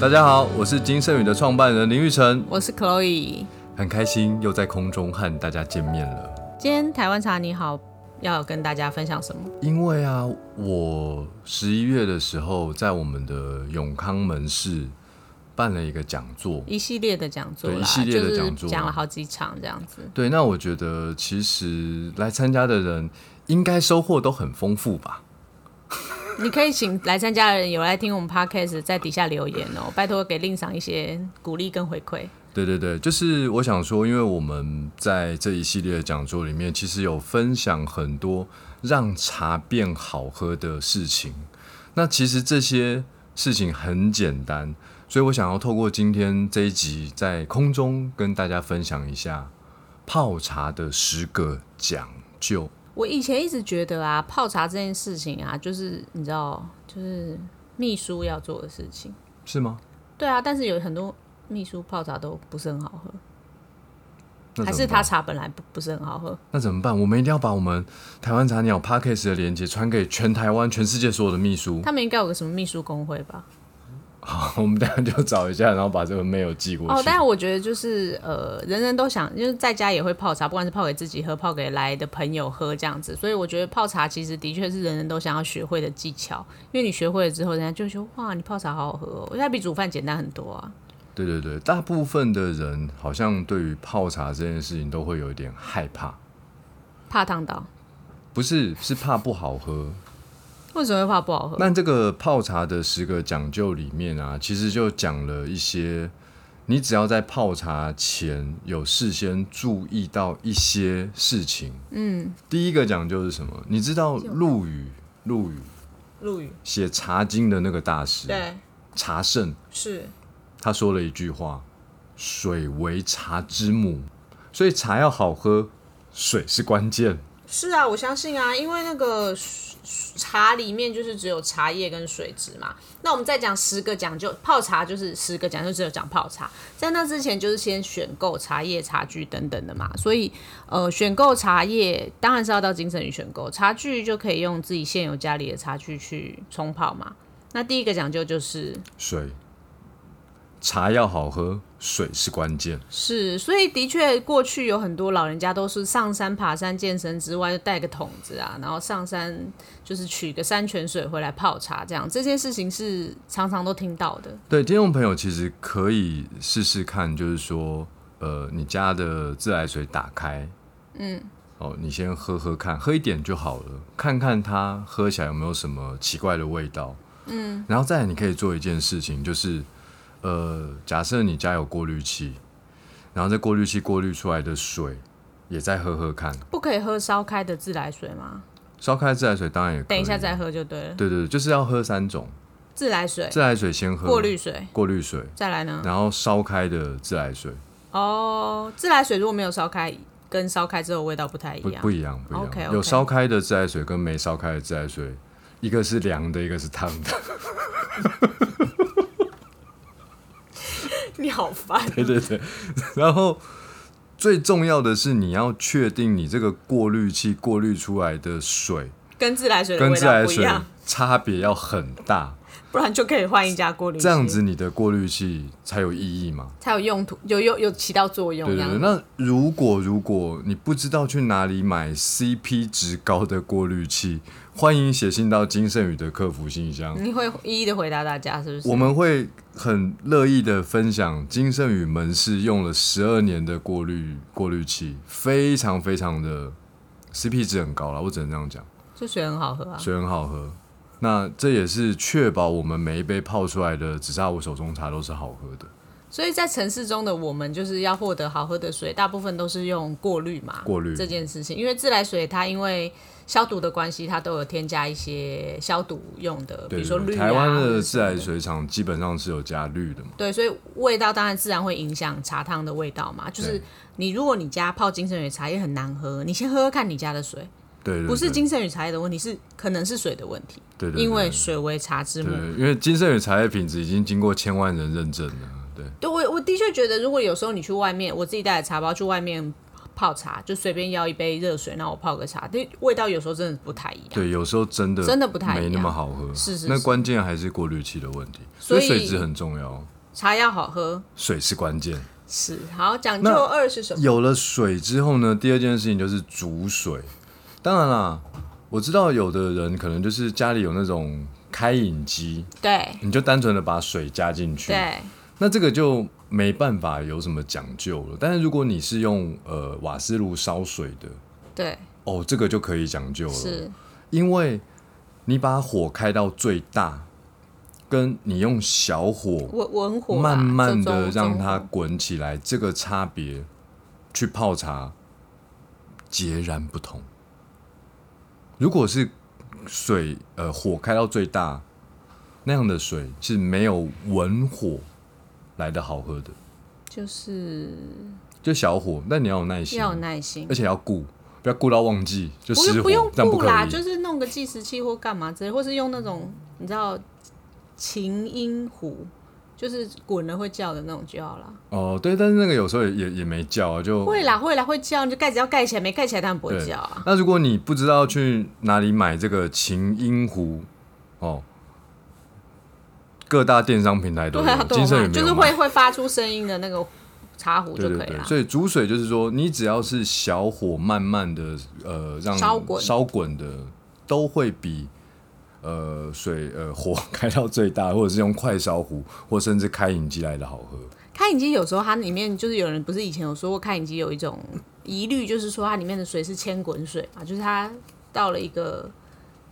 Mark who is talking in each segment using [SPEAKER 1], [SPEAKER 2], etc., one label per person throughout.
[SPEAKER 1] 大家好，我是金盛宇的创办人林玉成，
[SPEAKER 2] 我是 Chloe。
[SPEAKER 1] 很开心又在空中和大家见面了。
[SPEAKER 2] 今天台湾茶你好，要跟大家分享什么？
[SPEAKER 1] 因为啊，我十一月的时候在我们的永康门市办了一个讲座，
[SPEAKER 2] 一系列的讲座啦，
[SPEAKER 1] 对一系列的讲座
[SPEAKER 2] 就是讲了好几场这样子。
[SPEAKER 1] 对，那我觉得其实来参加的人应该收获都很丰富吧。
[SPEAKER 2] 你可以请来参加的人有来听我们 podcast，在底下留言哦，拜托给令赏一些鼓励跟回馈。
[SPEAKER 1] 对对对，就是我想说，因为我们在这一系列的讲座里面，其实有分享很多让茶变好喝的事情。那其实这些事情很简单，所以我想要透过今天这一集，在空中跟大家分享一下泡茶的十个讲究。
[SPEAKER 2] 我以前一直觉得啊，泡茶这件事情啊，就是你知道，就是秘书要做的事情。
[SPEAKER 1] 是吗？
[SPEAKER 2] 对啊，但是有很多秘书泡茶都不是很好喝，
[SPEAKER 1] 那
[SPEAKER 2] 还
[SPEAKER 1] 怎
[SPEAKER 2] 是
[SPEAKER 1] 么
[SPEAKER 2] 他
[SPEAKER 1] 办？
[SPEAKER 2] 茶本来不不是很好喝。
[SPEAKER 1] 那怎么办？我们一定要把我们台湾茶鸟 p a c k a g e 的链接传给全台湾、全世界所有的秘书。
[SPEAKER 2] 他们应该有个什么秘书工会吧？
[SPEAKER 1] 我们等一下就找一下，然后把这个 mail 寄过去。
[SPEAKER 2] 哦，但是我觉得就是呃，人人都想，就是在家也会泡茶，不管是泡给自己喝，泡给来的朋友喝这样子。所以我觉得泡茶其实的确是人人都想要学会的技巧，因为你学会了之后，人家就说哇，你泡茶好好喝哦，它比煮饭简单很多啊。
[SPEAKER 1] 对对对，大部分的人好像对于泡茶这件事情都会有一点害怕，
[SPEAKER 2] 怕烫到，
[SPEAKER 1] 不是是怕不好喝。
[SPEAKER 2] 为什么会怕不好喝？
[SPEAKER 1] 那这个泡茶的十个讲究里面啊，其实就讲了一些，你只要在泡茶前有事先注意到一些事情。嗯，第一个讲究是什么？你知道陆羽，陆羽
[SPEAKER 2] 陆羽
[SPEAKER 1] 写《茶经》的那个大师，
[SPEAKER 2] 对
[SPEAKER 1] 茶圣，
[SPEAKER 2] 是
[SPEAKER 1] 他说了一句话：“水为茶之母”，所以茶要好喝，水是关键。
[SPEAKER 2] 是啊，我相信啊，因为那个水茶里面就是只有茶叶跟水质嘛。那我们再讲十个讲究，泡茶就是十个讲究，只有讲泡茶。在那之前就是先选购茶叶、茶具等等的嘛。所以呃，选购茶叶当然是要到金城宇选购，茶具就可以用自己现有家里的茶具去冲泡嘛。那第一个讲究就是
[SPEAKER 1] 水，茶要好喝，水是关键。
[SPEAKER 2] 是，所以的确，过去有很多老人家都是上山爬山、健身之外，就带个桶子啊，然后上山就是取个山泉水回来泡茶，这样这件事情是常常都听到的。
[SPEAKER 1] 对，听众朋友其实可以试试看，就是说，呃，你家的自来水打开，嗯，哦，你先喝喝看，喝一点就好了，看看它喝起来有没有什么奇怪的味道，嗯，然后再来你可以做一件事情，就是，呃，假设你家有过滤器，然后这过滤器过滤出来的水也再喝喝看，
[SPEAKER 2] 不可以喝烧开的自来水吗？
[SPEAKER 1] 烧开自来水当然也可以，
[SPEAKER 2] 等一下再，喝就对了。
[SPEAKER 1] 对对对，就是要喝三种，
[SPEAKER 2] 自来水、
[SPEAKER 1] 自来水先喝，
[SPEAKER 2] 过滤水，
[SPEAKER 1] 过滤水，
[SPEAKER 2] 再来呢？
[SPEAKER 1] 然后烧开的自来水。
[SPEAKER 2] 哦，自来水如果没有烧开，跟烧开之后味道不太一
[SPEAKER 1] 不
[SPEAKER 2] 样
[SPEAKER 1] 不。一样，不一样。
[SPEAKER 2] OK，OK
[SPEAKER 1] 有烧开的自来水跟没烧开的自来水，一个是凉的，一个是烫的。
[SPEAKER 2] 你好烦，
[SPEAKER 1] 对对对。然后最重要的是，你要确定你这个过滤器过滤出来的水
[SPEAKER 2] 跟自来水的
[SPEAKER 1] 跟
[SPEAKER 2] 味
[SPEAKER 1] 自
[SPEAKER 2] 道
[SPEAKER 1] 来
[SPEAKER 2] 不一
[SPEAKER 1] 水
[SPEAKER 2] 样，
[SPEAKER 1] 差别要很大，
[SPEAKER 2] 不然就可以换一家过滤器。
[SPEAKER 1] 这样子你的过滤器才有意义嘛。
[SPEAKER 2] 才有用途，有有有起到作用。
[SPEAKER 1] 对
[SPEAKER 2] 这
[SPEAKER 1] 对
[SPEAKER 2] 样
[SPEAKER 1] 对。
[SPEAKER 2] 子。
[SPEAKER 1] 那如果如果你不知道去哪里买 CP 值高的过滤器，欢迎写信到金盛宇的客服信箱。
[SPEAKER 2] 你会一一的回答大家，是不是？
[SPEAKER 1] 我们会很乐意的分享金盛宇门市用了十二年的过滤过滤器，非常非常的 CP 值很高了，我只能这样讲，
[SPEAKER 2] 这水很好喝啊，
[SPEAKER 1] 水很好喝。那这也是确保我们每一杯泡出来的紫砂壶手冲茶都是好喝的。
[SPEAKER 2] 所以在城市中的我们就是要获得好喝的水，大部分都是用过滤嘛，
[SPEAKER 1] 过滤
[SPEAKER 2] 这件事情，因为自来水它因为消毒的关系，它都有添加一些消毒用的，比
[SPEAKER 1] 对
[SPEAKER 2] 如说
[SPEAKER 1] 对对
[SPEAKER 2] 氯啊，
[SPEAKER 1] 台湾
[SPEAKER 2] 或
[SPEAKER 1] 的
[SPEAKER 2] 者是
[SPEAKER 1] 自来水厂基本上是有加氯的嘛。
[SPEAKER 2] 对，所以味道当然自然会影响茶汤的味道嘛。就是
[SPEAKER 1] 对
[SPEAKER 2] 你如果你家泡金圣宇茶叶很难喝，你先喝喝看你家的水，
[SPEAKER 1] 对对对，
[SPEAKER 2] 不是金圣宇茶叶的问题，是可能是水的问题，
[SPEAKER 1] 对对对
[SPEAKER 2] 因为水为茶之
[SPEAKER 1] 对
[SPEAKER 2] 母，
[SPEAKER 1] 因为金盛宇茶叶品质已经经过千万人认证了。对，
[SPEAKER 2] 对我，我的确觉得，如果有时候你去外面，我自己带着茶包去外面泡茶，就随便要一杯热水，那我泡个茶，那味道有时候真的不太一样。
[SPEAKER 1] 对，有时候真的
[SPEAKER 2] 真的不太一
[SPEAKER 1] 没
[SPEAKER 2] 样
[SPEAKER 1] 那么好喝。
[SPEAKER 2] 是是是
[SPEAKER 1] 那关键还是过滤器的问题，
[SPEAKER 2] 所以
[SPEAKER 1] 水质很重要，
[SPEAKER 2] 茶要好喝，
[SPEAKER 1] 水是关键。
[SPEAKER 2] 是好讲究
[SPEAKER 1] 那
[SPEAKER 2] 二是什么？
[SPEAKER 1] 有了水之后呢，第二件事情就是煮水。当然啦，我知道有的人可能就是家里有那种开饮机，
[SPEAKER 2] 对
[SPEAKER 1] 你就单纯的把水加进去，
[SPEAKER 2] 对，
[SPEAKER 1] 那这个就没办法有什么讲究了。但是如果你是用呃瓦斯炉烧水的，
[SPEAKER 2] 对，
[SPEAKER 1] 哦，这个就可以讲究了，
[SPEAKER 2] 是
[SPEAKER 1] 因为你把火开到最大，跟你用小火
[SPEAKER 2] 文文火吧
[SPEAKER 1] 慢慢的
[SPEAKER 2] 就中
[SPEAKER 1] 让它
[SPEAKER 2] 中火
[SPEAKER 1] 滚起来，这个差别去泡茶截然不同。如果是水呃火开到最大，那样的水是没有文火来的好喝的，
[SPEAKER 2] 就是
[SPEAKER 1] 就小火，但你要有耐心，
[SPEAKER 2] 要有耐心
[SPEAKER 1] 而。且要顾，不要顾到忘记就
[SPEAKER 2] 不
[SPEAKER 1] 失火，
[SPEAKER 2] 用不用
[SPEAKER 1] 但不
[SPEAKER 2] 布
[SPEAKER 1] 可
[SPEAKER 2] 啦，
[SPEAKER 1] 以。
[SPEAKER 2] 就是弄个计时器或干嘛之类，或是用那种你知道琴音壶，就是滚了会叫的那种就好了。
[SPEAKER 1] 哦，对，但是那个有时候也也也没叫啊，就
[SPEAKER 2] 会啦会啦会叫，你就盖子要盖起来，没盖起来当然不会
[SPEAKER 1] 对
[SPEAKER 2] 叫啊。
[SPEAKER 1] 那如果你不知道去哪里买这个琴音壶，哦，各大电商平台都
[SPEAKER 2] 对
[SPEAKER 1] 有，
[SPEAKER 2] 啊对
[SPEAKER 1] 金盛也
[SPEAKER 2] 啊，
[SPEAKER 1] 没
[SPEAKER 2] 就
[SPEAKER 1] 有
[SPEAKER 2] 是
[SPEAKER 1] 卖
[SPEAKER 2] 会会发出声音的那个茶壶就
[SPEAKER 1] 对
[SPEAKER 2] 可
[SPEAKER 1] 对
[SPEAKER 2] 以
[SPEAKER 1] 对，
[SPEAKER 2] 了。
[SPEAKER 1] 所以煮水就是说，你只要是小火慢慢的呃让
[SPEAKER 2] 烧滚
[SPEAKER 1] 烧滚的，都会比呃水呃火 开到最大，或者是用快烧壶，或甚至开饮机来的好喝。
[SPEAKER 2] 开饮机有时候它里面就是有人不是以前有说过开饮机有一种疑虑，就是说它里面的水是千滚水嘛，就是它到了一个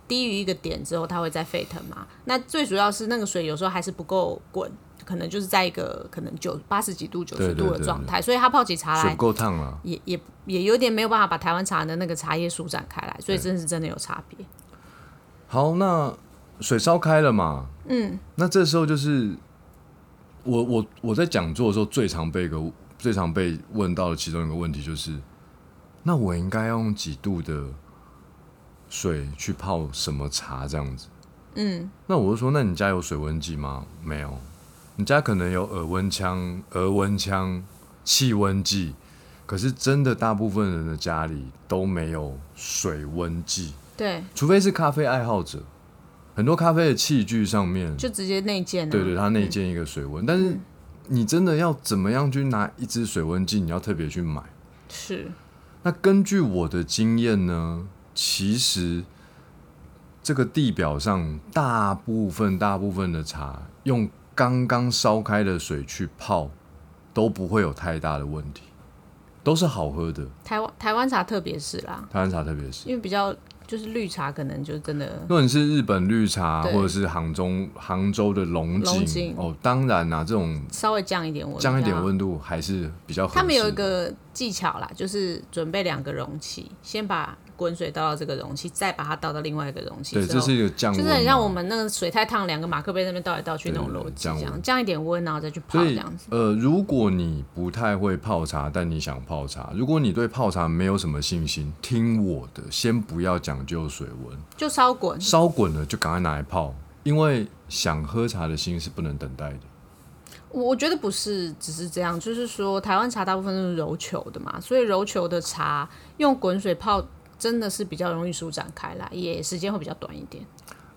[SPEAKER 2] 低于一个点之后，它会再沸腾嘛。那最主要是那个水有时候还是不够滚，可能就是在一个可能九八十几度、九
[SPEAKER 1] 对
[SPEAKER 2] 十
[SPEAKER 1] 对
[SPEAKER 2] 度的
[SPEAKER 1] 对
[SPEAKER 2] 状态，所以它泡起茶
[SPEAKER 1] 水
[SPEAKER 2] 来
[SPEAKER 1] 不够烫啊，
[SPEAKER 2] 也也也有点没有办法把台湾茶的那个茶叶舒展开来，所以真是真的有差别。
[SPEAKER 1] 好，那水烧开了嘛？嗯，那这时候就是我我我在讲座的时候最常被一个最常被问到的其中一个问题就是，那我应该用几度的水去泡什么茶这样子？嗯，那我就说，那你家有水温计吗？没有，你家可能有耳温枪、额温枪、气温计，可是真的大部分人的家里都没有水温计。
[SPEAKER 2] 对，
[SPEAKER 1] 除非是咖啡爱好者，很多咖啡的器具上面，
[SPEAKER 2] 就直接内建、啊。
[SPEAKER 1] 对对，它内建一个水温，但是你真的要怎么样去拿一支水温计，你要特别去买。
[SPEAKER 2] 是
[SPEAKER 1] 那根据我的经验呢，其实这个地表上大部分大部分的茶，用刚刚烧开的水去泡，都不会有太大的问题，都是好喝的。
[SPEAKER 2] 台湾台湾茶特别是啦。
[SPEAKER 1] 台湾茶特别是。
[SPEAKER 2] 因为比较就是绿茶，可能就真的
[SPEAKER 1] 如果你是日本绿茶，
[SPEAKER 2] 嗯对
[SPEAKER 1] 或者是杭州杭州的龙井
[SPEAKER 2] 龙井
[SPEAKER 1] 哦，当然啦、这种
[SPEAKER 2] 稍微降一点温，啊
[SPEAKER 1] 降一点。温度还是比较合适。
[SPEAKER 2] 他们有一个技巧啦，就是准备两个容器，先把滚水倒到这个容器，再把它倒到另外一个容器之
[SPEAKER 1] 对，
[SPEAKER 2] 后。
[SPEAKER 1] 这是一个降温
[SPEAKER 2] 哦就
[SPEAKER 1] 嘛，
[SPEAKER 2] 是很像我们那个水太烫，两个马克杯在那边倒来倒去那种
[SPEAKER 1] 对对
[SPEAKER 2] 逻
[SPEAKER 1] 对
[SPEAKER 2] 辑，
[SPEAKER 1] 降
[SPEAKER 2] 这
[SPEAKER 1] 温
[SPEAKER 2] 样降一点温，然后再去泡
[SPEAKER 1] 所
[SPEAKER 2] 这
[SPEAKER 1] 以
[SPEAKER 2] 样子。
[SPEAKER 1] 呃，如果你不太会泡茶，但你想泡茶，如果你对泡茶没有什么信心，听我的，先不要讲究水温，
[SPEAKER 2] 就烧滚，
[SPEAKER 1] 烧滚了就赶快拿来泡，因为想喝茶的心是不能等待的。
[SPEAKER 2] 我我觉得不是只是这样，就是说台湾茶大部分都是揉球的嘛，所以揉球的茶用滚水泡真的是比较容易舒展开来，也时间会比较短一点。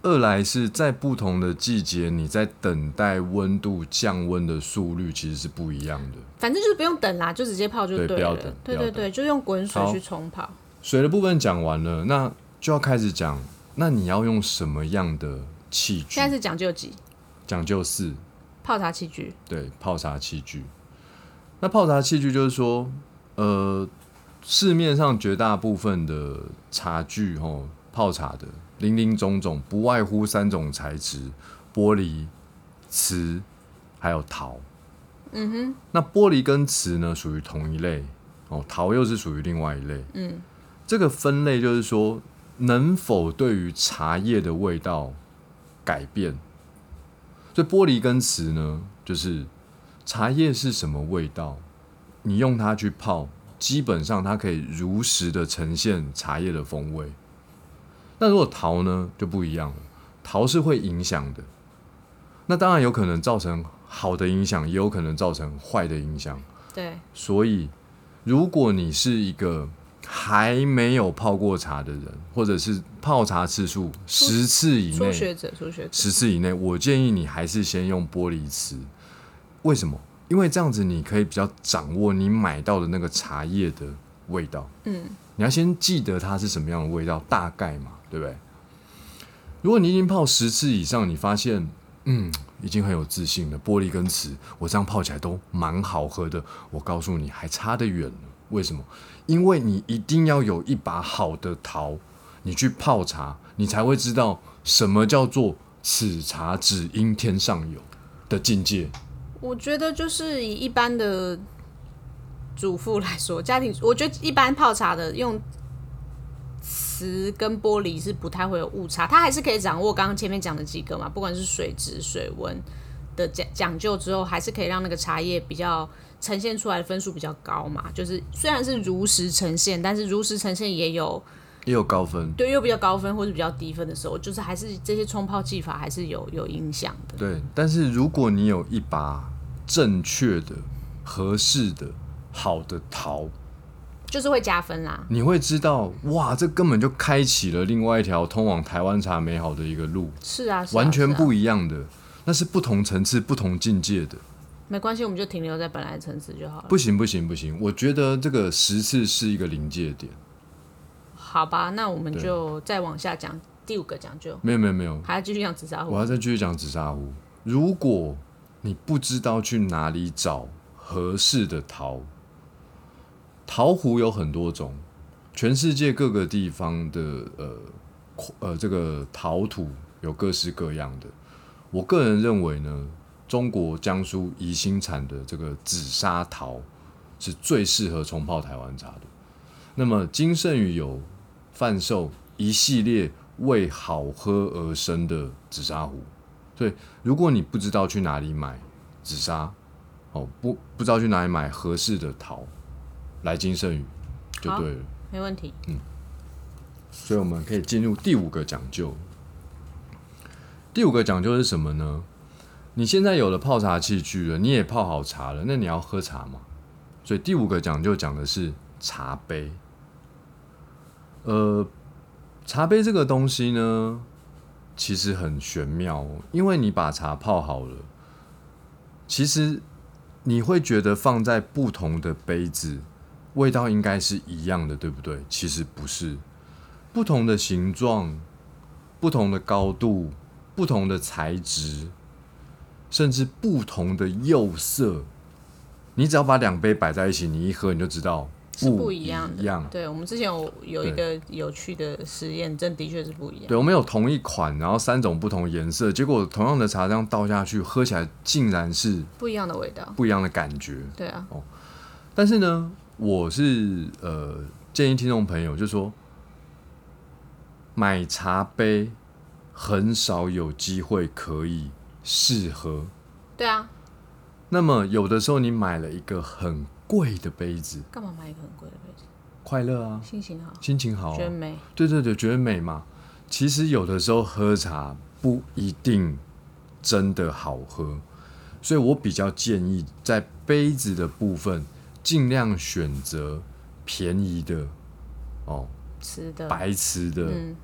[SPEAKER 1] 二来是在不同的季节，你在等待温度降温的速率其实是不一样的。
[SPEAKER 2] 反正就是不用等啦，就直接泡就
[SPEAKER 1] 对不要
[SPEAKER 2] 了
[SPEAKER 1] 等。
[SPEAKER 2] 对
[SPEAKER 1] 不要
[SPEAKER 2] 对
[SPEAKER 1] 等
[SPEAKER 2] 对，就用滚水
[SPEAKER 1] 好
[SPEAKER 2] 去冲泡。
[SPEAKER 1] 水的部分讲完了，那就要开始讲，那你要用什么样的器具
[SPEAKER 2] 现？在是讲究几
[SPEAKER 1] 讲究四，
[SPEAKER 2] 泡茶器具，
[SPEAKER 1] 对，泡茶器具。那泡茶器具就是说，呃，市面上绝大部分的茶具，吼，泡茶的林林总总，不外乎三种材质：玻璃、瓷，还有陶。嗯哼。那玻璃跟瓷呢，属于同一类哦，陶又是属于另外一类。嗯。这个分类就是说，能否对于茶叶的味道改变？所以玻璃跟瓷呢，就是茶叶是什么味道，你用它去泡，基本上它可以如实的呈现茶叶的风味。那如果陶呢就不一样了，陶是会影响的，那当然有可能造成好的影响，也有可能造成坏的影响。
[SPEAKER 2] 对，
[SPEAKER 1] 所以如果你是一个还没有泡过茶的人，或者是泡茶次数十次以
[SPEAKER 2] 初学
[SPEAKER 1] 内，
[SPEAKER 2] 者，初学者，
[SPEAKER 1] 十次以内，我建议你还是先用玻璃瓷。为什么？因为这样子你可以比较掌握你买到的那个茶叶的味道。嗯，你要先记得它是什么样的味道，大概嘛，对不对？如果你已经泡十次以上，你发现嗯，已经很有自信了。玻璃跟瓷，我这样泡起来都蛮好喝的。我告诉你，还差得远呢。为什么？因为你一定要有一把好的陶，你去泡茶，你才会知道什么叫做“此茶只应天上有”的境界。
[SPEAKER 2] 我觉得就是以一般的主妇来说，家庭，我觉得一般泡茶的用瓷跟玻璃是不太会有误差，它还是可以掌握刚刚前面讲的几个嘛，不管是水质、水温的讲讲究之后，还是可以让那个茶叶比较呈现出来的分数比较高嘛。就是虽然是如实呈现，但是如实呈现也有
[SPEAKER 1] 也有高分，
[SPEAKER 2] 对又比较高分或者比较低分的时候，就是还是这些冲泡技法还是有有影响的。
[SPEAKER 1] 对。但是如果你有一把正确的、合适的、好的陶，
[SPEAKER 2] 就是会加分啦。
[SPEAKER 1] 你会知道，哇，这根本就开启了另外一条通往台湾茶美好的一个路。
[SPEAKER 2] 是啊，是啊
[SPEAKER 1] 完全
[SPEAKER 2] 是啊
[SPEAKER 1] 不一样的，那是不同层次、不同境界的。
[SPEAKER 2] 没关系，我们就停留在本来的层次就好了。
[SPEAKER 1] 不行，不行，不行！我觉得这个十次是一个临界点。
[SPEAKER 2] 好吧，那我们就再往下讲第五个讲究，
[SPEAKER 1] 没有，没有，没有！
[SPEAKER 2] 还要继续讲紫砂
[SPEAKER 1] 我
[SPEAKER 2] 壶。
[SPEAKER 1] 要再继续讲紫砂壶。如果你不知道去哪里找合适的陶，陶壶有很多种，全世界各个地方的呃扩呃这个陶土有各式各样的。我个人认为呢，中国江苏宜兴产的这个紫砂陶是最适合冲泡台湾茶的。那么金盛宇有贩售一系列为好喝而生的紫砂壶，所以如果你不知道去哪里买紫砂，哦不不知道去哪里买合适的陶，来金盛宇就对了。
[SPEAKER 2] 没问题。
[SPEAKER 1] 所以我们可以进入第五个讲究。第五个讲究是什么呢？你现在有了泡茶器具了，你也泡好茶了，那你要喝茶吗？所以第五个讲究讲的是茶杯。呃，茶杯这个东西呢，其实很玄妙哦，因为你把茶泡好了，其实你会觉得放在不同的杯子，味道应该是一样的，对不对？其实不是，不同的形状、不同的高度、不同的材质，甚至不同的釉色，你只要把两杯摆在一起，你一喝你就知道哦
[SPEAKER 2] 是不
[SPEAKER 1] 一
[SPEAKER 2] 一样的，
[SPEAKER 1] 样
[SPEAKER 2] 对我们之前有有一个有趣的实验，真的确是不一样。
[SPEAKER 1] 对，我们有同一款，然后三种不同颜色，结果同样的茶这样倒下去，喝起来竟然是
[SPEAKER 2] 不一样的味道。
[SPEAKER 1] 不一样的感觉。
[SPEAKER 2] 对啊，
[SPEAKER 1] 但是呢，我是呃建议听众朋友，就说买茶杯很少有机会可以试喝。
[SPEAKER 2] 对啊，
[SPEAKER 1] 那么有的时候你买了一个很贵的杯子，
[SPEAKER 2] 干嘛买一个很贵的杯子？
[SPEAKER 1] 快乐啊，
[SPEAKER 2] 心情好，
[SPEAKER 1] 心情好、
[SPEAKER 2] 觉得
[SPEAKER 1] 啊，
[SPEAKER 2] 美。
[SPEAKER 1] 对对对，觉得美嘛。其实有的时候喝茶不一定真的好喝，所以我比较建议在杯子的部分尽量选择便宜的哦，
[SPEAKER 2] 吃的，
[SPEAKER 1] 白瓷的。
[SPEAKER 2] 嗯，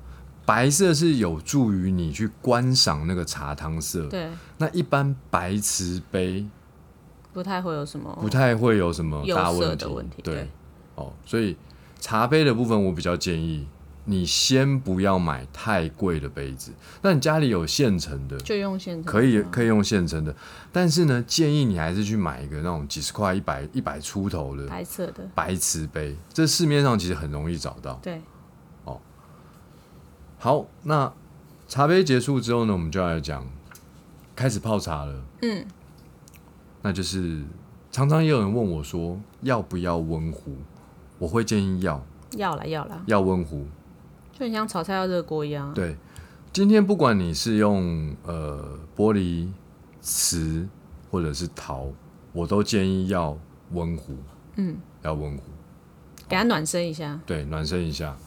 [SPEAKER 1] 白色是有助于你去观赏那个茶汤色，
[SPEAKER 2] 对，
[SPEAKER 1] 那一般白瓷杯
[SPEAKER 2] 不太会有什么
[SPEAKER 1] 不太会有什么大
[SPEAKER 2] 哦有色
[SPEAKER 1] 问题。
[SPEAKER 2] 的问题
[SPEAKER 1] 对
[SPEAKER 2] 对，
[SPEAKER 1] 哦，所以茶杯的部分，我比较建议你先不要买太贵的杯子。那你家里有现成的，
[SPEAKER 2] 就用现在
[SPEAKER 1] 可以
[SPEAKER 2] 的
[SPEAKER 1] 可以用现成的，但是呢，建议你还是去买一个那种几十块、一百一百出头的
[SPEAKER 2] 白色的，
[SPEAKER 1] 白瓷杯，这市面上其实很容易找到。
[SPEAKER 2] 对，
[SPEAKER 1] 好，那茶杯结束之后呢，我们就要来讲开始泡茶了。
[SPEAKER 2] 嗯，
[SPEAKER 1] 那就是常常也有人问我说要不要温壶，我会建议要
[SPEAKER 2] 要啦要啦，
[SPEAKER 1] 要温壶。
[SPEAKER 2] 就很像炒菜要热锅一样啊。
[SPEAKER 1] 对，今天不管你是用呃玻璃、瓷或者是陶，我都建议要温壶。
[SPEAKER 2] 嗯，
[SPEAKER 1] 要温壶，
[SPEAKER 2] 给它暖身一下。
[SPEAKER 1] 对，暖身一下，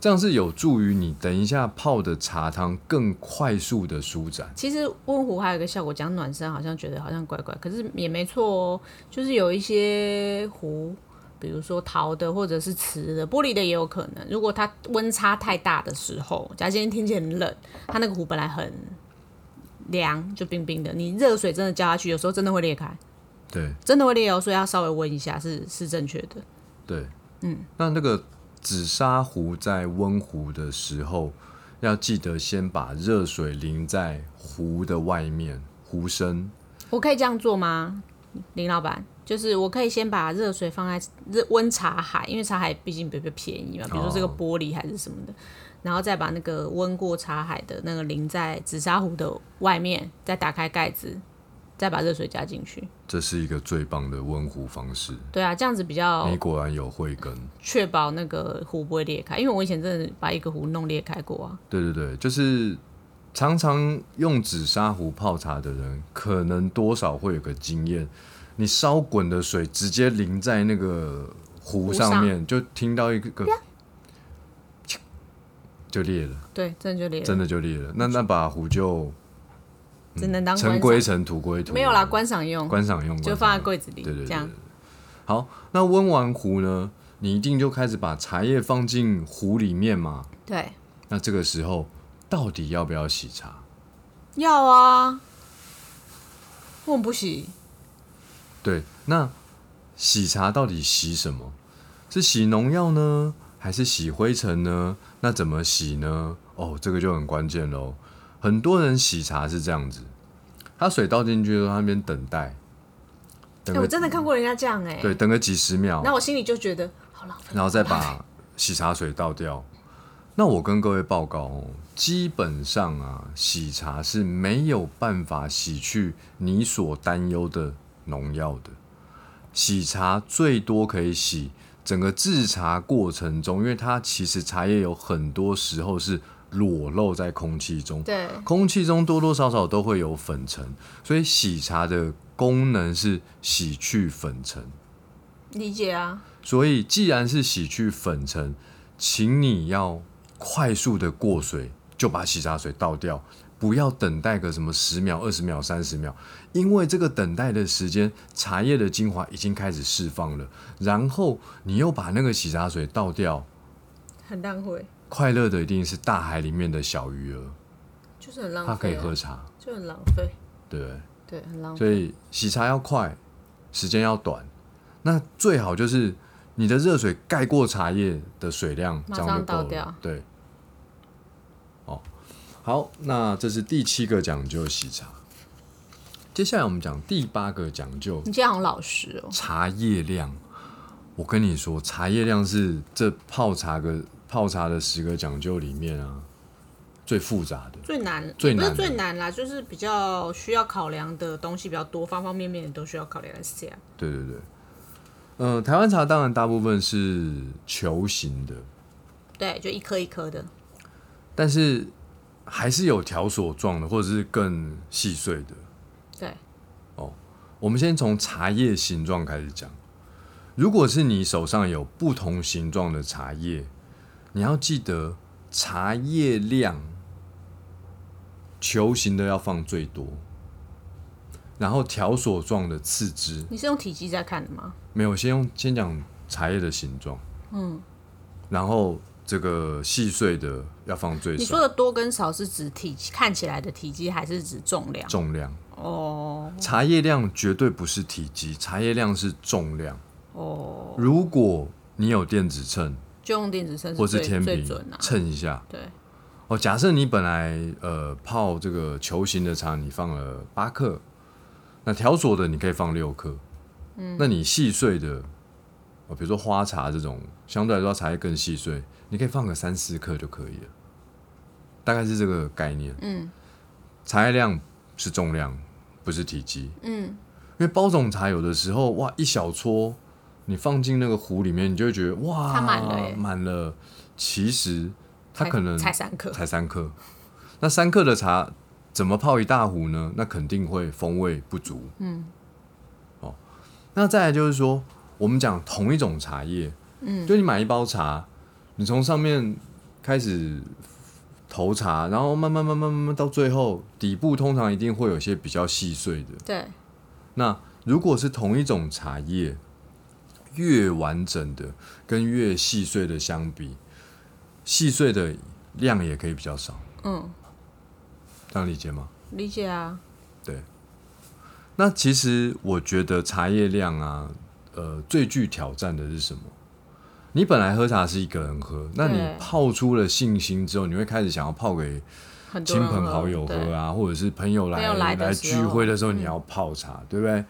[SPEAKER 1] 这样是有助于你等一下泡的茶汤更快速的舒展。
[SPEAKER 2] 其实温壶还有一个效果，讲暖身好像觉得好像怪怪，可是也没错哦。就是有一些壶，比如说陶的或者是瓷的，玻璃的也有可能。如果它温差太大的时候，假如今天天气很冷，它那个壶本来很凉，就冰冰的，你热水真的浇下去，有时候真的会裂开，
[SPEAKER 1] 对
[SPEAKER 2] 真的会裂哦，所以要稍微温一下是是正确的。
[SPEAKER 1] 对，嗯，那那个紫砂壶在温壶的时候，要记得先把热水淋在壶的外面，壶身。
[SPEAKER 2] 我可以这样做吗，林老板？就是我可以先把热水放在热温茶海，因为茶海毕竟比较便宜嘛，比如说这个
[SPEAKER 1] 哦
[SPEAKER 2] 玻璃还是什么的，然后再把那个温过茶海的那个淋在紫砂壶的外面，再打开盖子，再把热水加进去。
[SPEAKER 1] 这是一个最棒的温壶方式，
[SPEAKER 2] 对啊，这样子比较
[SPEAKER 1] 你果然啊有慧根。
[SPEAKER 2] 确保那个壶不会裂开，因为我以前真的把一个壶弄裂开过啊。
[SPEAKER 1] 对对对，就是常常用紫砂壶泡茶的人，可能多少会有个经验，你烧滚的水直接淋在那个壶上面，就听到一个个就裂了，
[SPEAKER 2] 对，真的啊就裂了，嗯
[SPEAKER 1] 真的就裂了。那那把壶就
[SPEAKER 2] 只能当
[SPEAKER 1] 尘
[SPEAKER 2] 观
[SPEAKER 1] 归
[SPEAKER 2] 赏，
[SPEAKER 1] 尘，土归土，
[SPEAKER 2] 没有啦，观赏用，
[SPEAKER 1] 观赏用，观
[SPEAKER 2] 就
[SPEAKER 1] 赏
[SPEAKER 2] 放在
[SPEAKER 1] 用
[SPEAKER 2] 柜子里，
[SPEAKER 1] 对对对
[SPEAKER 2] 这样
[SPEAKER 1] 对好，那温完壶呢，你一定就开始把茶叶放进壶里面嘛。
[SPEAKER 2] 对。
[SPEAKER 1] 那这个时候到底要不要洗茶？
[SPEAKER 2] 要啊，我很不洗，
[SPEAKER 1] 对，那洗茶到底洗什么？是洗农药呢，还是洗灰尘呢？那怎么洗呢？哦，这个就很关键喽。很多人洗茶是这样子，他水倒进去之后，他那边等待，
[SPEAKER 2] 哎、
[SPEAKER 1] 等个、
[SPEAKER 2] 我真的看过人家这样哎、
[SPEAKER 1] 对，等个几十秒，
[SPEAKER 2] 那我心里就觉得好浪费，
[SPEAKER 1] 然后再把洗茶水倒掉。那我跟各位报告哦，基本上啊，洗茶是没有办法洗去你所担忧的农药的。洗茶最多可以洗整个制茶过程中，因为它其实茶叶有很多时候是裸露在空气中，
[SPEAKER 2] 对，
[SPEAKER 1] 空气中多多少少都会有粉尘，所以洗茶的功能是洗去粉尘。
[SPEAKER 2] 理解啊，
[SPEAKER 1] 所以，既然是洗去粉尘，请你要快速的过水，就把洗茶水倒掉，不要等待个什么十秒、二十秒、三十秒，因为这个等待的时间，茶叶的精华已经开始释放了。然后你又把那个洗茶水倒掉，
[SPEAKER 2] 很浪费，
[SPEAKER 1] 快乐的一定是大海里面的小鱼儿，
[SPEAKER 2] 就是很浪费、啊
[SPEAKER 1] 它可以喝，茶，
[SPEAKER 2] 就很浪费，
[SPEAKER 1] 对不对？
[SPEAKER 2] 对，很浪费，
[SPEAKER 1] 所以洗茶要快，时间要短，那最好就是你的热水盖过茶叶的水量，
[SPEAKER 2] 马
[SPEAKER 1] 这
[SPEAKER 2] 上
[SPEAKER 1] 样就够
[SPEAKER 2] 倒掉
[SPEAKER 1] 了。对，哦，好，那这是第七个讲究洗茶。接下来我们讲第八个讲究
[SPEAKER 2] 你今天好老实哦、
[SPEAKER 1] 茶叶量。我跟你说，茶叶量是这泡茶个泡茶的十个讲究里面啊最复杂的。
[SPEAKER 2] 最难，
[SPEAKER 1] 最
[SPEAKER 2] 不
[SPEAKER 1] 难
[SPEAKER 2] 是
[SPEAKER 1] 的
[SPEAKER 2] 最难啦，就是比较需要考量的东西比较多，方方面面都需要考量一下。
[SPEAKER 1] 对对对，呃，台湾茶当然大部分是球形的，
[SPEAKER 2] 对，就一颗一颗的，
[SPEAKER 1] 但是还是有条索状的，或者是更细碎的。
[SPEAKER 2] 对，
[SPEAKER 1] 我们先从茶叶形状开始讲。如果是你手上有不同形状的茶叶，你要记得茶叶量，球形的要放最多，然后条索状的次之。
[SPEAKER 2] 你是用体积在看的吗？
[SPEAKER 1] 没有，先用先讲茶叶的形状，嗯，然后这个细碎的要放最
[SPEAKER 2] 你
[SPEAKER 1] 少
[SPEAKER 2] 说，的多跟少是指体积看起来的体积，还是指重量？
[SPEAKER 1] 重量。
[SPEAKER 2] 哦
[SPEAKER 1] 茶叶量绝对不是体积，茶叶量是重量。
[SPEAKER 2] 哦，
[SPEAKER 1] 如果你有电子秤
[SPEAKER 2] 就用电子秤
[SPEAKER 1] 或
[SPEAKER 2] 最
[SPEAKER 1] 是天
[SPEAKER 2] 最
[SPEAKER 1] 平
[SPEAKER 2] 准啊。
[SPEAKER 1] 称一下
[SPEAKER 2] 对，
[SPEAKER 1] 哦。假设你本来呃泡这个球形的茶，你放了八克，那条索的你可以放六克，嗯，那你细碎的，哦，比如说花茶这种，相对来说茶叶更细碎，你可以放个三四克就可以了，大概是这个概念。嗯，茶叶量是重量，不是体积。
[SPEAKER 2] 嗯，
[SPEAKER 1] 因为包种茶有的时候哇一小撮，你放进那个壶里面，你就会觉得哇
[SPEAKER 2] 它满了耶
[SPEAKER 1] 满了其实它
[SPEAKER 2] 才
[SPEAKER 1] 可能
[SPEAKER 2] 才三克，
[SPEAKER 1] 才三克，那三克的茶怎么泡一大壶呢？那肯定会风味不足。嗯，哦，那再来就是说，我们讲同一种茶叶，嗯，就你买一包茶，你从上面开始投茶，然后慢慢慢慢慢慢到最后底部，通常一定会有些比较细碎的。
[SPEAKER 2] 对，
[SPEAKER 1] 那如果是同一种茶叶，越完整的跟越细碎的相比，细碎的量也可以比较少，
[SPEAKER 2] 嗯，
[SPEAKER 1] 这样理解吗？
[SPEAKER 2] 理解啊，
[SPEAKER 1] 对。那其实我觉得茶叶量啊，呃，最具挑战的是什么？你本来喝茶是一个人喝，那你
[SPEAKER 2] 对
[SPEAKER 1] 泡出了信心之后，你会开始想要泡给
[SPEAKER 2] 很多
[SPEAKER 1] 亲
[SPEAKER 2] 人
[SPEAKER 1] 朋好友
[SPEAKER 2] 对
[SPEAKER 1] 喝啊，或者是朋友来
[SPEAKER 2] 朋友来的时
[SPEAKER 1] 聚
[SPEAKER 2] 候
[SPEAKER 1] 会的时候，你要泡茶，对不对？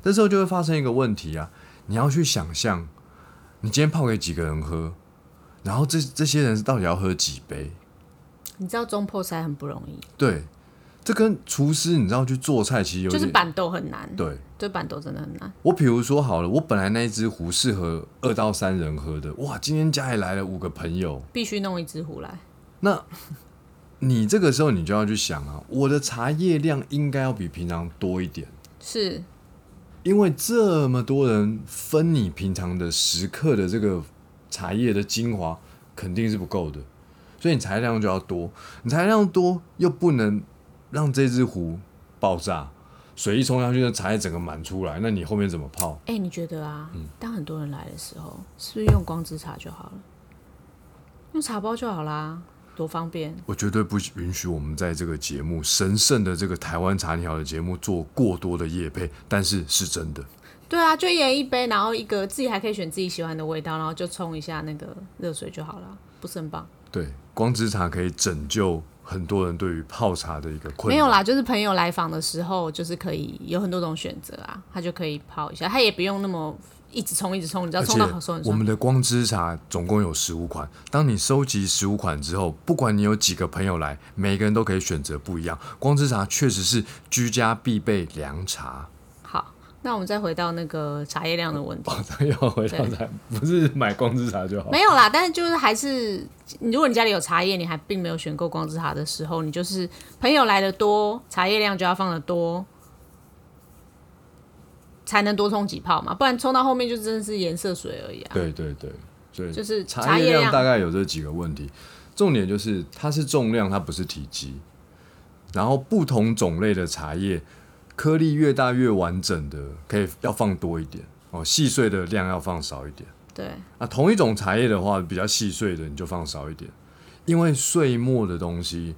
[SPEAKER 1] 这时候就会发生一个问题啊，你要去想象，你今天泡给几个人喝，然后这这些人到底要喝几杯？
[SPEAKER 2] 你知道中破菜很不容易，
[SPEAKER 1] 对，这跟厨师你知道去做菜其实有
[SPEAKER 2] 就
[SPEAKER 1] 点
[SPEAKER 2] 是板豆很难，
[SPEAKER 1] 对。
[SPEAKER 2] 对板豆真的很难，
[SPEAKER 1] 我比如说好了，我本来那一只壶适合二到三人喝的，哇，今天家里来了五个朋友，
[SPEAKER 2] 必须弄一只壶来。
[SPEAKER 1] 那你这个时候你就要去想啊，我的茶叶量应该要比平常多一点。
[SPEAKER 2] 是，
[SPEAKER 1] 因为这么多人分你平常的十克的这个茶叶的精华，肯定是不够的，所以你茶叶量就要多。你茶叶量多，又不能让这只壶爆炸，水一冲下去，那茶叶整个满出来，那你后面怎么泡？
[SPEAKER 2] 哎、你觉得啊？
[SPEAKER 1] 嗯
[SPEAKER 2] 当很多人来的时候，是不是用光之茶就好了？用茶包就好啦，多方便。
[SPEAKER 1] 我绝对不允许我们在这个节目神圣的这个台湾茶你好的节目做过多的夜配，但是是真的。
[SPEAKER 2] 对啊，就一人一杯，然后一个自己还可以选自己喜欢的味道，然后就冲一下那个热水就好了，不是很棒？
[SPEAKER 1] 对，光之茶可以拯救很多人对于泡茶的一个困
[SPEAKER 2] 没
[SPEAKER 1] 扰
[SPEAKER 2] 有。啦，就是朋友来访的时候，就是可以有很多种选择啊，他就可以泡一下，他也不用那么一直冲一直冲，你知道
[SPEAKER 1] 而
[SPEAKER 2] 冲
[SPEAKER 1] 且
[SPEAKER 2] 到好手很
[SPEAKER 1] 我
[SPEAKER 2] 酸
[SPEAKER 1] 们。的光之茶总共有十五款，当你收集十五款之后，不管你有几个朋友来，每个人都可以选择不一样。光之茶确实是居家必备凉茶。
[SPEAKER 2] 好，那我们再回到那个茶叶量的问题。
[SPEAKER 1] 马上要哦回到茶，不是买光之茶就好。
[SPEAKER 2] 没有啦，但是就是还是，如果你家里有茶叶，你还并没有选购光之茶的时候，你就是朋友来的多，茶叶量就要放的多，才能多冲几泡嘛，不然冲到后面就真的是颜色水而已啊。
[SPEAKER 1] 对对对，所以
[SPEAKER 2] 就是
[SPEAKER 1] 茶叶
[SPEAKER 2] 叶
[SPEAKER 1] 量大概有这几个问题，重点就是它是重量，它不是体积。然后不同种类的茶叶，颗粒越大越完整的，可以要放多一点哦，细碎的量要放少一点。
[SPEAKER 2] 对，
[SPEAKER 1] 啊，同一种茶叶的话，比较细碎的你就放少一点，因为碎末的东西，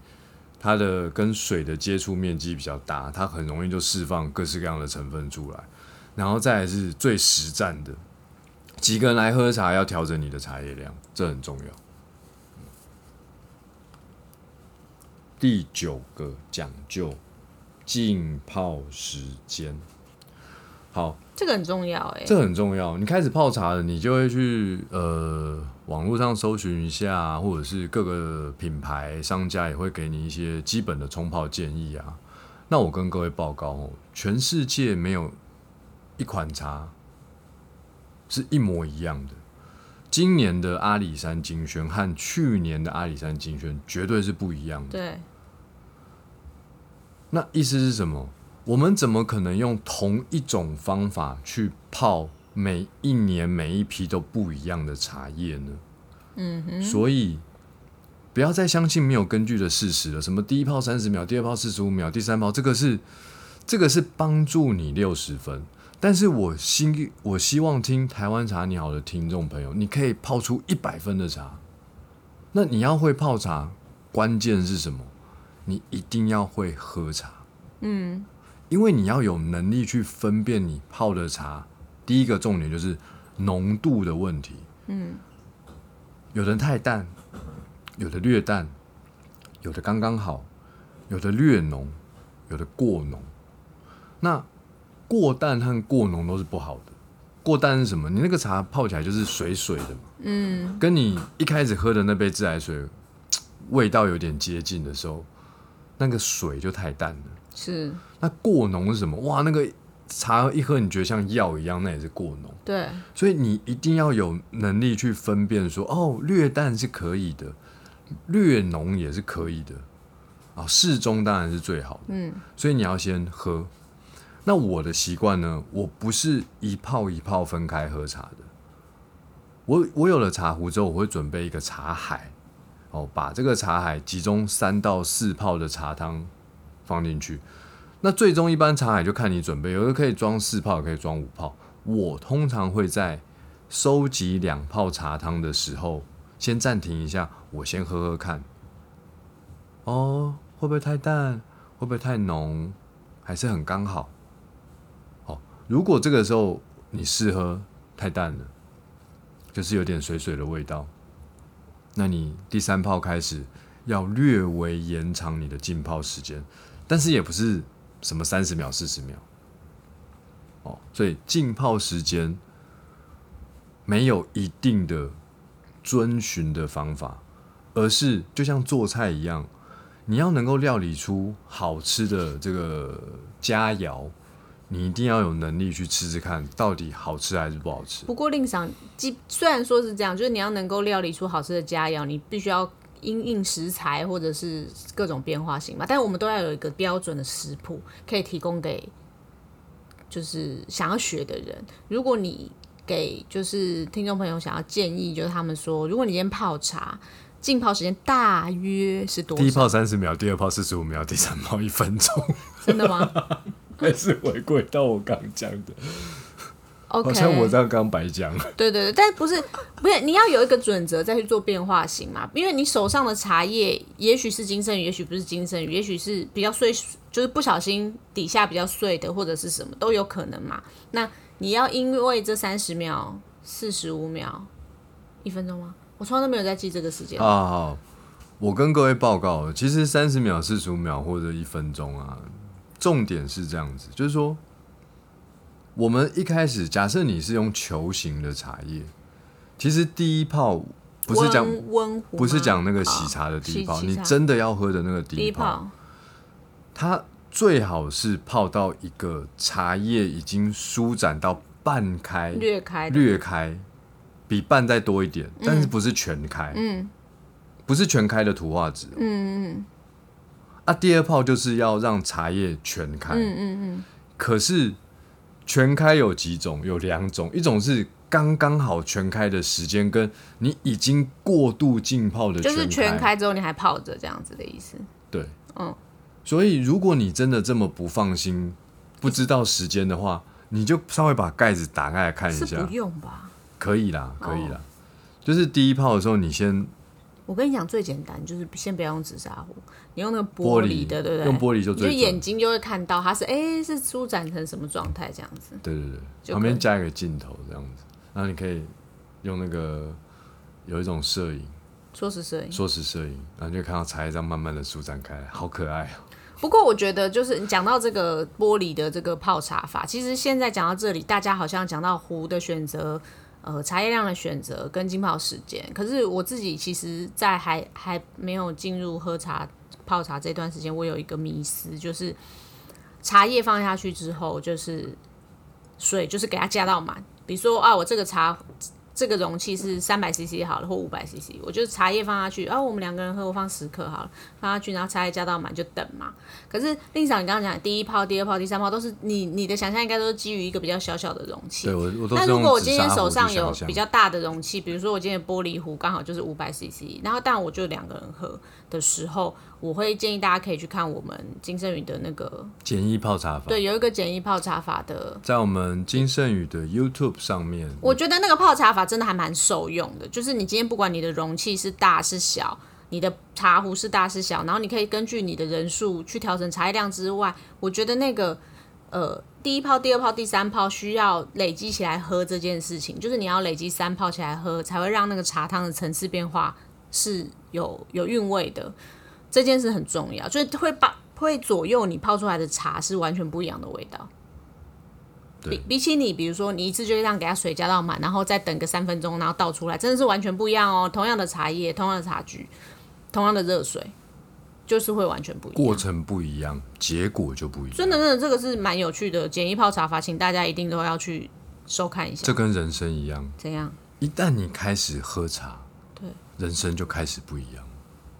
[SPEAKER 1] 它的跟水的接触面积比较大，它很容易就释放各式各样的成分出来。然后再来是最实战的，几个人来喝茶要调整你的茶叶量，这很重要。第九个讲究浸泡时间，好，
[SPEAKER 2] 这个很重要哎、
[SPEAKER 1] 这很重要。你开始泡茶了，你就会去呃网络上搜寻一下，或者是各个品牌商家也会给你一些基本的冲泡建议啊。那我跟各位报告哦，全世界没有一款茶是一模一样的。今年的阿里山金萱和去年的阿里山金萱绝对是不一样的。
[SPEAKER 2] 对，
[SPEAKER 1] 那意思是什么？我们怎么可能用同一种方法去泡每一年每一批都不一样的茶叶呢？嗯哼。所以不要再相信没有根据的事实了。什么第一泡三十秒，第二泡四十五秒，第三泡这个是这个是帮助你六十分。但是我希我希望听台湾茶你好的听众朋友，你可以泡出一百分的茶。那你要会泡茶，关键是什么？你一定要会喝茶。
[SPEAKER 2] 嗯，
[SPEAKER 1] 因为你要有能力去分辨你泡的茶，第一个重点就是浓度的问题。嗯，有的太淡，有的略淡，有的刚刚好，有的略浓，有的过浓。那过淡和过浓都是不好的。过淡是什么？你那个茶泡起来就是水水的嘛，嗯，跟你一开始喝的那杯自来水味道有点接近的时候，那个水就太淡了。
[SPEAKER 2] 是，
[SPEAKER 1] 那过浓是什么？哇，那个茶一喝你觉得像药一样，那也是过浓。
[SPEAKER 2] 对，
[SPEAKER 1] 所以你一定要有能力去分辨说，哦，略淡是可以的，略浓也是可以的，啊，适中当然是最好的。
[SPEAKER 2] 嗯，
[SPEAKER 1] 所以你要先喝。那我的习惯呢，我不是一泡一泡分开喝茶的。我我有了茶壶之后，我会准备一个茶海，哦，把这个茶海集中三到四泡的茶汤放进去。那最终一般茶海就看你准备，有的可以装四泡，也可以装五泡。我通常会在收集两泡茶汤的时候，先暂停一下，我先喝喝看。哦，会不会太淡？会不会太浓？还是很刚好？哦，如果这个时候你试喝太淡了，就是有点水水的味道，那你第三泡开始要略微延长你的浸泡时间，但是也不是什么三十秒、四十秒。哦，所以浸泡时间没有一定的遵循的方法，而是就像做菜一样，你要能够料理出好吃的这个佳肴，你一定要有能力去吃吃看，到底好吃还是不好吃。
[SPEAKER 2] 不过令赏，既虽然说是这样，就是你要能够料理出好吃的佳肴，你必须要因应食材或者是各种变化性嘛。但我们都要有一个标准的食谱，可以提供给就是想要学的人。如果你给就是听众朋友想要建议，就是他们说，如果你今天泡茶，浸泡时间大约是多
[SPEAKER 1] 第一
[SPEAKER 2] 少？
[SPEAKER 1] 泡三十秒，第二泡四十五秒，第三泡一分钟，
[SPEAKER 2] 真的吗
[SPEAKER 1] 还是回归到我刚讲的，
[SPEAKER 2] ？OK，
[SPEAKER 1] 好像我这样刚白讲。
[SPEAKER 2] 对对对，但不是不是，你要有一个准则再去做变化型嘛，因为你手上的茶叶也许是金圣宇，也许不是金圣宇，也许是比较碎，就是不小心底下比较碎的或者是什么都有可能嘛。那你要因为这三十秒、四十五秒、一分钟吗？我从来都没有在记这个时间。
[SPEAKER 1] 啊，好，我跟各位报告，其实三十秒、四十五秒或者一分钟啊，重点是这样子，就是说，我们一开始假设你是用球形的茶叶，其实第一泡不是讲
[SPEAKER 2] 温温壶吗，
[SPEAKER 1] 不是讲那个洗茶的第一
[SPEAKER 2] 好
[SPEAKER 1] 泡，
[SPEAKER 2] 洗
[SPEAKER 1] 你
[SPEAKER 2] 洗茶
[SPEAKER 1] 真的要喝的那个第
[SPEAKER 2] 第
[SPEAKER 1] 一
[SPEAKER 2] 一
[SPEAKER 1] 泡，
[SPEAKER 2] 泡，
[SPEAKER 1] 它最好是泡到一个茶叶已经舒展到半开，
[SPEAKER 2] 略开的，
[SPEAKER 1] 略开，比半再多一点，但是不是全开，
[SPEAKER 2] 嗯
[SPEAKER 1] 不是全开的图画纸哦、
[SPEAKER 2] 嗯嗯
[SPEAKER 1] 啊，第二泡就是要让茶叶全开。
[SPEAKER 2] 嗯嗯嗯，
[SPEAKER 1] 可是全开有几种？有两种，一种是刚刚好全开的时间，跟你已经过度浸泡的
[SPEAKER 2] 就是全
[SPEAKER 1] 全。
[SPEAKER 2] 开之后你还泡着这样子的意思。
[SPEAKER 1] 对，
[SPEAKER 2] 嗯，
[SPEAKER 1] 所以如果你真的这么不放心，不知道时间的话，你就稍微把盖子打开来看一
[SPEAKER 2] 是
[SPEAKER 1] 下
[SPEAKER 2] 不，哦用吧？
[SPEAKER 1] 可以啦，可以啦。就是第一泡的时候，你先
[SPEAKER 2] 我跟你讲，最简单就是先不要用紫砂壶，你用那个
[SPEAKER 1] 玻
[SPEAKER 2] 玻璃的，对不对？
[SPEAKER 1] 用玻璃就
[SPEAKER 2] 你就
[SPEAKER 1] 最准
[SPEAKER 2] 眼睛就会看到它是哎、是舒展成什么状态这样子。
[SPEAKER 1] 对对
[SPEAKER 2] 就
[SPEAKER 1] 对，旁边
[SPEAKER 2] 可以
[SPEAKER 1] 加一个镜头这样子，然后你可以用那个有一种摄影，
[SPEAKER 2] 说实摄影，
[SPEAKER 1] 缩时摄影，然后你就看到茶叶这样慢慢的舒展开来，好可爱哦、
[SPEAKER 2] 不过我觉得就是你讲到这个玻璃的这个泡茶法，其实现在讲到这里，大家好像讲到壶的选择。呃，茶叶量的选择跟浸泡时间，可是我自己其实，在还还没有进入喝茶泡茶这段时间，我有一个迷思，就是茶叶放下去之后，就是水就是给它加到满。比如说啊，我这个茶这个容器是三百 CC 好了，或五百 CC，我就茶叶放下去，啊，我们两个人喝，我放十克好了，放下去，然后茶叶加到满就等嘛。可是令赏，你刚刚讲的第一泡、第二泡、第三泡都是你你的想象，应该都是基于一个比较小小的容器。
[SPEAKER 1] 对我我都
[SPEAKER 2] 那
[SPEAKER 1] 是
[SPEAKER 2] 如果
[SPEAKER 1] 用
[SPEAKER 2] 我
[SPEAKER 1] 紫
[SPEAKER 2] 今天
[SPEAKER 1] 砂壶
[SPEAKER 2] 手
[SPEAKER 1] 去
[SPEAKER 2] 上有
[SPEAKER 1] 想象
[SPEAKER 2] 比较大的容器，比如说我今天的玻璃壶刚好就是五百 CC，然后但我就两个人喝的时候，我会建议大家可以去看我们金圣宇的那个，
[SPEAKER 1] 简易泡茶法，
[SPEAKER 2] 对，有一个简易泡茶法的。
[SPEAKER 1] 在我们金圣宇的 YouTube 上面，
[SPEAKER 2] 我觉得那个泡茶法真的还蛮受用的，就是你今天不管你的容器是大是小，你的茶壶是大是小，然后你可以根据你的人数去调整茶叶量之外，我觉得那个呃第一泡、第二泡、第三泡需要累积起来喝这件事情，就是你要累积三泡起来喝，才会让那个茶汤的层次变化是有有韵味的。这件事很重要，就是会把会左右你泡出来的茶是完全不一样的味道。
[SPEAKER 1] 对
[SPEAKER 2] 比比起你，比如说你一次就这样给它水加到满，然后再等个三分钟，然后倒出来，真的是完全不一样哦。同样的茶叶，同样的茶具，同样的热水，就是会完全不一
[SPEAKER 1] 过
[SPEAKER 2] 样。
[SPEAKER 1] 程不一样，结果就不一样，
[SPEAKER 2] 真的，真的，这个是蛮有趣的简易泡茶法，请大家一定都要去收看一下。
[SPEAKER 1] 这跟人生一样，
[SPEAKER 2] 怎样？
[SPEAKER 1] 一旦你开始喝茶，
[SPEAKER 2] 对，
[SPEAKER 1] 人生就开始不一样。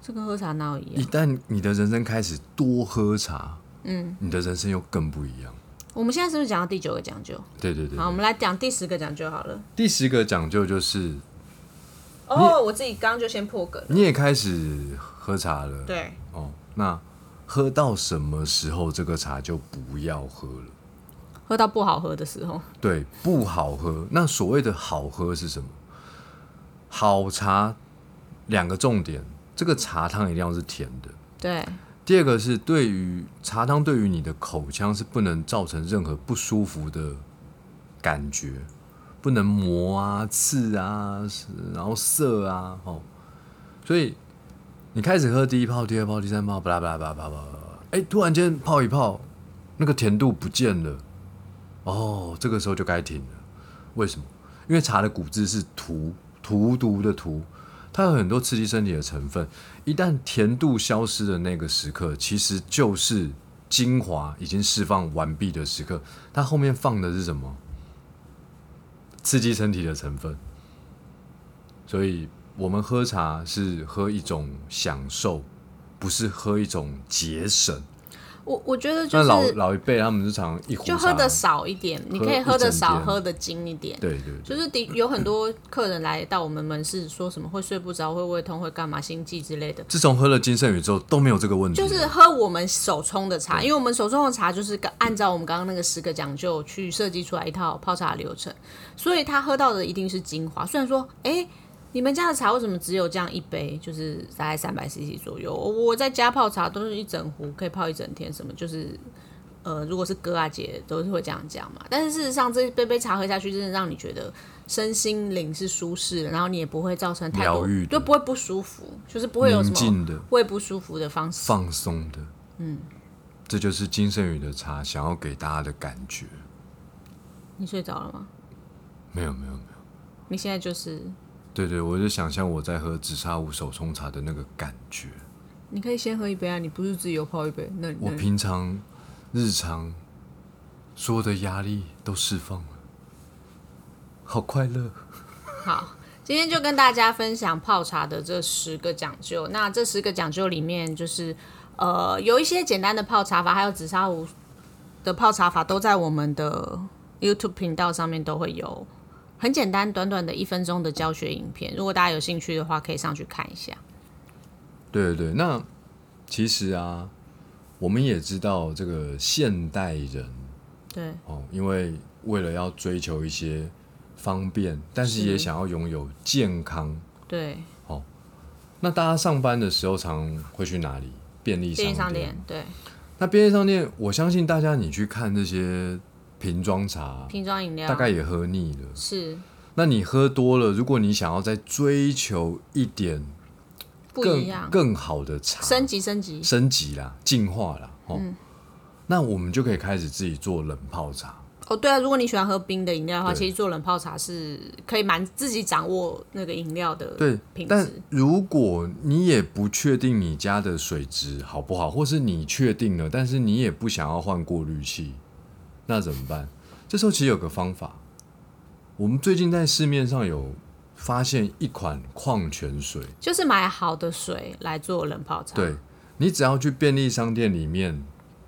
[SPEAKER 2] 这跟喝茶哪有一
[SPEAKER 1] 一
[SPEAKER 2] 样？
[SPEAKER 1] 旦你的人生开始多喝茶，嗯，你的人生又更不一样。
[SPEAKER 2] 我们现在是不是讲到第九个讲究？
[SPEAKER 1] 对对对
[SPEAKER 2] 好，我们来讲第十个讲究好了。
[SPEAKER 1] 第十个讲究就是，
[SPEAKER 2] 哦，我自己刚刚就先破梗了。
[SPEAKER 1] 你也开始喝茶了，
[SPEAKER 2] 对，
[SPEAKER 1] 哦，那喝到什么时候这个茶就不要喝了？
[SPEAKER 2] 喝到不好喝的时候，
[SPEAKER 1] 对，不好喝。那所谓的好喝是什么？好茶两个重点，这个茶汤一定要是甜的。
[SPEAKER 2] 对，
[SPEAKER 1] 第二个是对于茶汤对于你的口腔是不能造成任何不舒服的感觉，不能磨啊、刺啊，是然后涩啊，哦，所以你开始喝第一泡、第二泡、第三泡，巴拉巴拉巴拉巴拉巴拉，哎，突然间泡一泡，那个甜度不见了，哦，这个时候就该停了。为什么？因为茶的骨质是荼荼毒的荼，它有很多刺激身体的成分。一旦甜度消失的那个时刻，其实就是精华已经释放完毕的时刻。它后面放的是什么？刺激身体的成分。所以我们喝茶是喝一种享受，不是喝一种节省。
[SPEAKER 2] 我我觉得就
[SPEAKER 1] 那
[SPEAKER 2] 是
[SPEAKER 1] 老老一辈他们是常一壶
[SPEAKER 2] 就
[SPEAKER 1] 茶
[SPEAKER 2] 喝的少一点，你
[SPEAKER 1] 喝
[SPEAKER 2] 可以喝
[SPEAKER 1] 一整
[SPEAKER 2] 的少，
[SPEAKER 1] 天
[SPEAKER 2] 喝的精一点。
[SPEAKER 1] 对对对。
[SPEAKER 2] 就是的有很多客人来到我们门市，说什么会睡不着、会胃痛、会干嘛、心悸之类的，
[SPEAKER 1] 自从喝了金圣宇之后都没有这个问题
[SPEAKER 2] 就
[SPEAKER 1] 了，
[SPEAKER 2] 是喝我们手冲的茶，因为我们手冲的茶就是按照我们刚刚那个十个讲究去设计出来一套泡茶流程，所以他喝到的一定是精华。虽然说，哎、你们家的茶为什么只有这样一杯，就是大概三百 CC 左右？我在家泡茶都是一整壶，可以泡一整天，什么就是。呃，如果是哥啊姐都是会这样讲嘛，但是事实上这杯杯茶喝下去，真的让你觉得身心灵是舒适的，然后你也不会造成太多
[SPEAKER 1] 疗愈的，
[SPEAKER 2] 就不会不舒服，就是不会有什
[SPEAKER 1] 宁
[SPEAKER 2] 么
[SPEAKER 1] 静的、
[SPEAKER 2] 胃不舒服的方式。
[SPEAKER 1] 放松的，嗯，这就是金圣宇的茶想要给大家的感觉。
[SPEAKER 2] 你睡着了吗？
[SPEAKER 1] 没有没有没有，
[SPEAKER 2] 你现在就是，
[SPEAKER 1] 对对，我就想象我在喝紫砂壶手冲茶的那个感觉。
[SPEAKER 2] 你可以先喝一杯啊，你不是自己有泡一杯？那
[SPEAKER 1] 我
[SPEAKER 2] 那
[SPEAKER 1] 平常日常所有的压力都释放了，好快乐。
[SPEAKER 2] 好，今天就跟大家分享泡茶的这十个讲究。那这十个讲究里面，就是呃有一些简单的泡茶法，还有紫砂壶的泡茶法，都在我们的 YouTube 频道上面都会有。很简单，短短的一分钟的教学影片，如果大家有兴趣的话，可以上去看一下。
[SPEAKER 1] 对对对，那其实啊，我们也知道这个现代人
[SPEAKER 2] 对，
[SPEAKER 1] 哦，因为为了要追求一些方便，但是
[SPEAKER 2] 是
[SPEAKER 1] 也想要拥有健康。
[SPEAKER 2] 对，
[SPEAKER 1] 那大家上班的时候常会去哪里？便利
[SPEAKER 2] 便利
[SPEAKER 1] 商
[SPEAKER 2] 商
[SPEAKER 1] 店
[SPEAKER 2] 店。，对，
[SPEAKER 1] 那便利商店，我相信大家你去看这些瓶装茶，
[SPEAKER 2] 瓶装饮料
[SPEAKER 1] 大概也喝腻了。
[SPEAKER 2] 是
[SPEAKER 1] 那你喝多了，如果你想要再追求一点
[SPEAKER 2] 不一
[SPEAKER 1] 更
[SPEAKER 2] 样，
[SPEAKER 1] 更好的茶，
[SPEAKER 2] 升级升级，嗯
[SPEAKER 1] 升级啦、进化啦，哦，那我们就可以开始自己做冷泡茶。
[SPEAKER 2] 哦，对啊，如果你喜欢喝冰的饮料的话，
[SPEAKER 1] 对
[SPEAKER 2] 其实做冷泡茶是可以蛮自己掌握那个饮料的
[SPEAKER 1] 对
[SPEAKER 2] 品，
[SPEAKER 1] 但
[SPEAKER 2] 质。
[SPEAKER 1] 如果你也不确定你家的水质好不好，或是你确定了，但是你也不想要换过滤器，那怎么办？这时候其实有个方法，我们最近在市面上有发现一款矿泉水，
[SPEAKER 2] 就是买好的水来做冷泡茶。
[SPEAKER 1] 对你只要去便利商店里面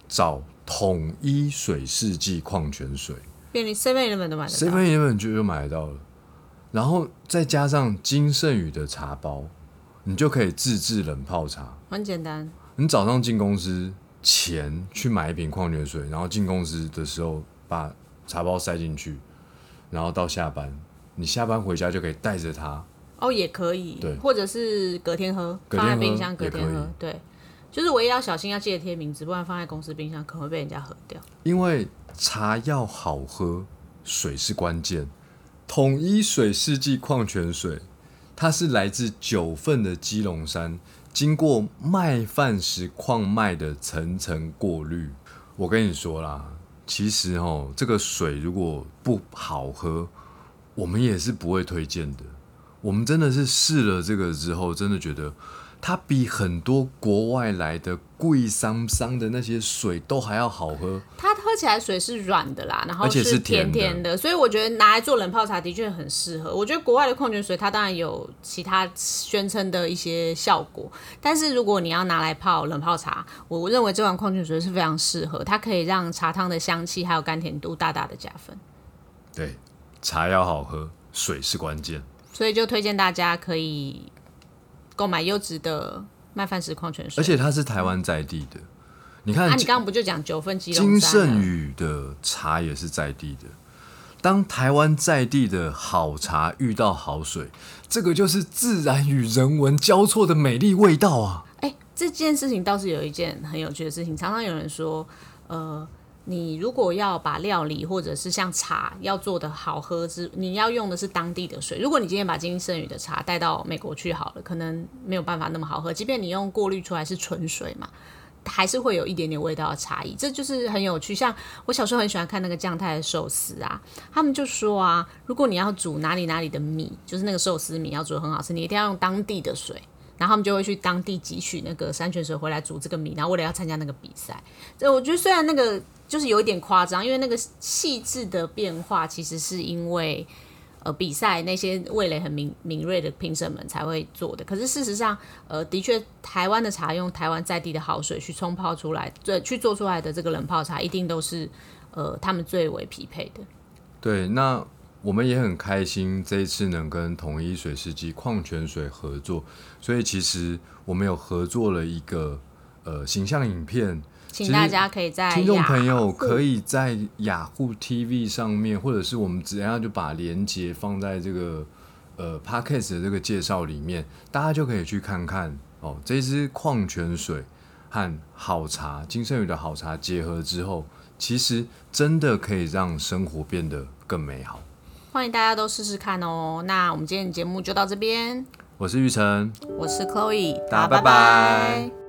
[SPEAKER 1] 找统一水世纪矿泉水
[SPEAKER 2] 便利 Seven Eleven 都买得到。
[SPEAKER 1] ，Seven Eleven 就就买得到了，然后再加上金圣宇的茶包，你就可以自制冷泡茶。
[SPEAKER 2] 很简单，
[SPEAKER 1] 你早上进公司前去买一瓶矿泉水，然后进公司的时候把茶包塞进去，然后到下班，你下班回家就可以带着它。
[SPEAKER 2] 哦，也可以
[SPEAKER 1] 对，
[SPEAKER 2] 或者是隔天喝，
[SPEAKER 1] 隔天
[SPEAKER 2] 放在
[SPEAKER 1] 喝
[SPEAKER 2] 冰箱隔
[SPEAKER 1] 也
[SPEAKER 2] 天
[SPEAKER 1] 可以
[SPEAKER 2] 喝，对。就是唯一要小心，要记得贴名字，不然放在公司冰箱可能会被人家喝掉。
[SPEAKER 1] 因为茶要好喝，水是关键。统一水世纪矿泉水，它是来自九份的基隆山，经过麦饭石矿脉的层层过滤。我跟你说啦，其实哦，这个水如果不好喝，我们也是不会推荐的。我们真的是试了这个之后，真的觉得它比很多国外来的贵桑桑的那些水都还要好喝。
[SPEAKER 2] 它喝起来水是软的啦，然后
[SPEAKER 1] 而且是
[SPEAKER 2] 甜
[SPEAKER 1] 甜的
[SPEAKER 2] 的，所以我觉得拿来做冷泡茶的确很适合。我觉得国外的矿泉水它当然有其他宣称的一些效果，但是如果你要拿来泡冷泡茶，我认为这款矿泉水是非常适合，它可以让茶汤的香气还有甘甜度大大的加分。
[SPEAKER 1] 对，茶要好喝，水是关键。
[SPEAKER 2] 所以就推荐大家可以购买优质的麦饭石矿泉水，
[SPEAKER 1] 而且它是台湾在地的，你看
[SPEAKER 2] 啊，你刚刚不就讲九份鸡
[SPEAKER 1] 金
[SPEAKER 2] 笼
[SPEAKER 1] 圣
[SPEAKER 2] 山了？
[SPEAKER 1] 宇的茶也是在地的。当台湾在地的好茶遇到好水，这个就是自然与人文交错的美丽味道啊！
[SPEAKER 2] 哎、这件事情倒是有一件很有趣的事情，常常有人说，呃，你如果要把料理或者是像茶要做的好喝之，你要用的是当地的水。如果你今天把金圣宇的茶带到美国去好了，可能没有办法那么好喝，即便你用过滤出来是纯水嘛。还是会有一点点味道的差异，这就是很有趣。像我小时候很喜欢看那个酱太的寿司啊，他们就说啊，如果你要煮哪里哪里的米，就是那个寿司米要煮的很好吃，你一定要用当地的水。然后他们就会去当地汲取那个山泉水回来煮这个米，然后为了要参加那个比赛。这我觉得虽然那个就是有一点夸张，因为那个细致的变化其实是因为呃比赛那些味蕾很敏敏锐的评审们才会做的。可是事实上，呃，的确台湾的茶用台湾在地的好水去冲泡出来，这去做出来的这个冷泡茶一定都是呃他们最为匹配的。
[SPEAKER 1] 对，那我们也很开心，这一次能跟统一水师机矿泉水合作，所以其实我们有合作了一个呃形象影片，
[SPEAKER 2] 请大家可以在
[SPEAKER 1] 听众
[SPEAKER 2] 雅
[SPEAKER 1] 朋友
[SPEAKER 2] 虎
[SPEAKER 1] 可以在雅虎 TV 上面，或者是我们直接就把链接放在这个呃 Podcast 的这个介绍里面，大家就可以去看看哦。这支矿泉水和好茶，金圣宇的好茶结合之后，其实真的可以让生活变得更美好。
[SPEAKER 2] 欢迎大家都试试看哦。那我们今天的节目就到这边，
[SPEAKER 1] 我是玉成，
[SPEAKER 2] 我是 Chloe，
[SPEAKER 1] 大家拜拜
[SPEAKER 2] 拜